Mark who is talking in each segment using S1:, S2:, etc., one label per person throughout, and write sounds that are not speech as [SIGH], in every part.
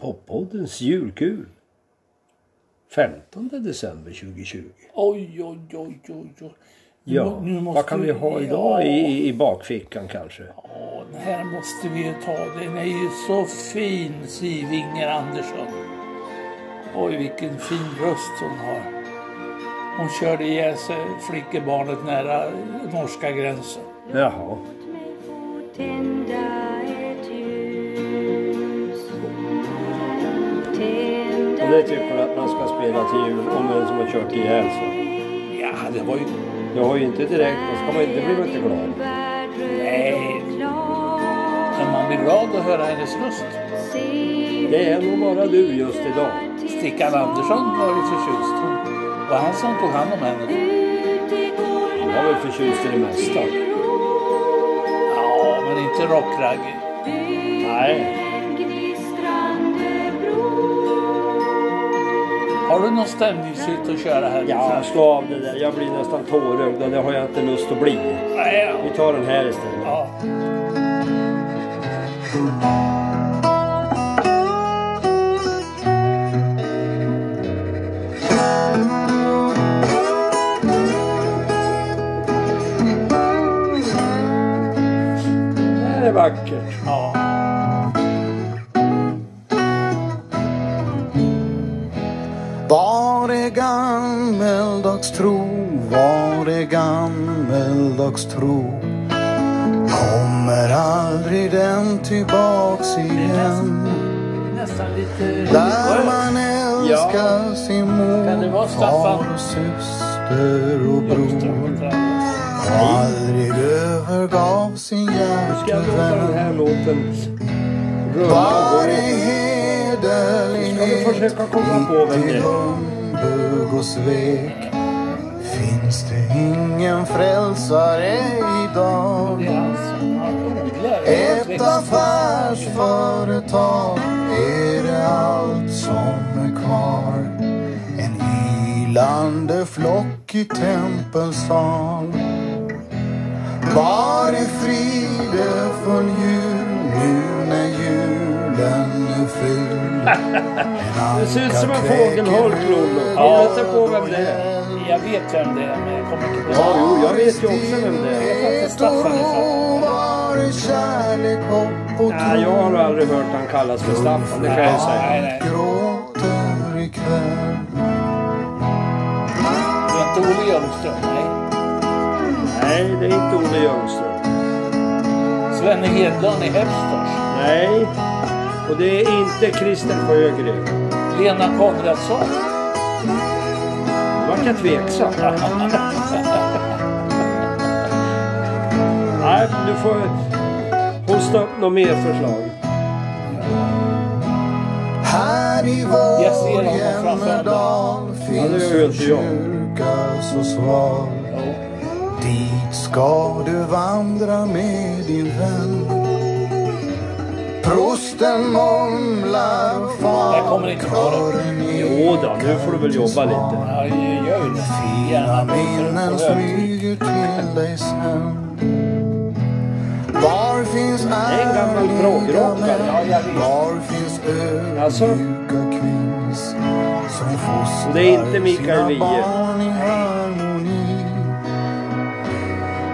S1: Poppoddens julkul. 15 december 2020.
S2: Oj, oj, oj, oj, oj. Nu
S1: Ja,
S2: må- nu måste
S1: vad kan vi ha idag i, i- i bakfickan kanske?
S2: Ja, den här måste vi ju ta. Den är ju så fin, Siv Inger Andersson. Oj, vilken fin röst hon har. Hon körde ihjäl sig flickebarnet nära norska gränsen.
S1: Jaha.
S3: Låt mig få tända ett ljus. Tända
S1: Och det tycker du att man ska spela till jul om någon som har kört ihjäl sig?
S2: Ja, det var ju...
S1: Jag har ju inte direkt, då ska man inte bli inte glad.
S3: värld
S2: Nej,
S3: klar.
S2: men man blir glad att höra hennes röst.
S3: Se
S1: Det är nog bara du just idag.
S2: Stickan Andersson var ju förtjust. Hon- Det var han som tog hand om henne.
S3: ut i går
S1: Jag är väl förtjust i det mesta.
S2: Ja, men inte rockragge.
S1: Nej.
S3: en gnistrande bro.
S2: Har du någon stämningshytt att köra här?
S1: Ja, slå av det där. Jag blir nästan tårögd och det har jag inte lust att bli.
S2: Nej,
S1: Vi tar den här istället.
S2: Ja.
S1: Det här är vackert.
S2: ja.
S4: Var är gammeldags tro? Var är gammeldags tro? Kommer aldrig den tillbaks igen?
S2: Nästan lite...
S4: Där man älskar sin
S2: Kan det
S4: mor,
S2: vara Staffan?
S4: far och syster och bror och aldrig övergav sin
S1: Ska jag låta den
S4: hjärtevän.
S1: här låten rulla och
S4: Var
S1: gå?
S4: är
S1: Ska du
S4: hederlighet?
S1: försöka komma på vem det
S4: Till
S1: är?
S4: humbug och svek finns det ingen frälsare
S2: Det
S4: idag.
S2: är han som har odlar.
S4: Ett affärsföretag är det allt som är kvar. En ylande flock i tempelsal. Var är fridefull jul nu när julen är ful?
S1: [LAUGHS] Det ser ut som en fågelholk, Lollo.
S2: Ja.
S1: Ja. Sätta på vem det är.
S2: Jag vet vem det är, men jag kommer inte
S1: Ja,
S2: ihåg.
S1: jo, jag vet ju också vem det är. Nej, jag har aldrig hört han kallas för Staffan, det kan jag säga.
S2: Nej, nej.
S4: Gråter ikväll
S2: Det var inte Olle Ljungström. Nej.
S1: Nej, det är inte Olle Ljungström.
S2: Svenne Hedlund i Hepstars.
S1: Nej. Och det är inte Christer Sjögren.
S2: Lena Konradsson.
S1: Nu vart jag tveksam. Nej, du får hosta upp något mer förslag.
S4: Här i
S2: Jag ser honom framför
S4: Vårjämmerdal
S1: Ja,
S4: finns
S1: det gör
S4: en
S1: inte jag.
S4: kyrka så sval
S2: Jo.
S4: Dit ska du vandra med din vän Prosten mumlar
S2: Jag kommer
S4: far
S2: inte på det.
S4: kören i
S1: Jo då, nu får du väl jobba lite.
S2: Ja, jag gör ju det.
S4: Fina
S2: Gärna på
S4: minnen
S2: frukost.
S4: smyger till dig sen Var finns
S1: är en gammal
S4: ärliga
S1: drogrockare.
S4: män?
S2: Ja, jag vet.
S4: Var finns
S1: Alltså?
S4: ödmjuka kvinns som fostrar
S1: Det är inte Mikael
S4: sina
S1: Wiehe.
S4: barn i harmoni?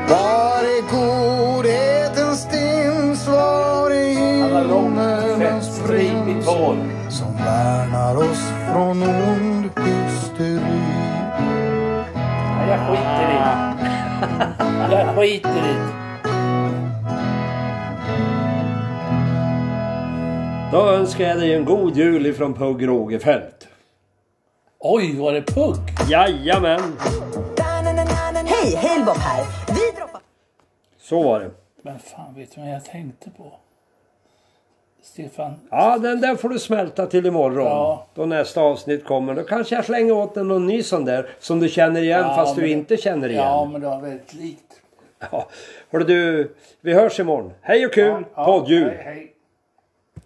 S4: Var är godhetens dims? Var är
S2: Alla långt, fett,
S4: himmelens
S2: stripigt
S4: prins?
S2: hår.
S4: Som värnar oss från ond hysteri
S2: Ja, jag skiter i det.
S4: [LAUGHS]
S2: Jag skiter i det.
S1: Då önskar jag dig en god jul ifrån Pugh Rogefeldt.
S2: Oj, var det Pugg?
S1: Jajamän,
S5: Hej, Halebop här. Vi droppar...
S1: så var det.
S2: Men fan, vet du vad jag tänkte på? Stefan,
S1: Ja, den där får du smälta till imorgon.
S2: Ja.
S1: Då nästa avsnitt kommer. Då kanske jag slänger åt dig någon ny sån där som du känner igen
S2: Ja,
S1: fast du
S2: men-
S1: inte känner igen.
S2: ja men det var väldigt likt.
S1: Ja. Hörru du, vi hörs imorgon. Hej och kul! Poddjul!
S2: hej.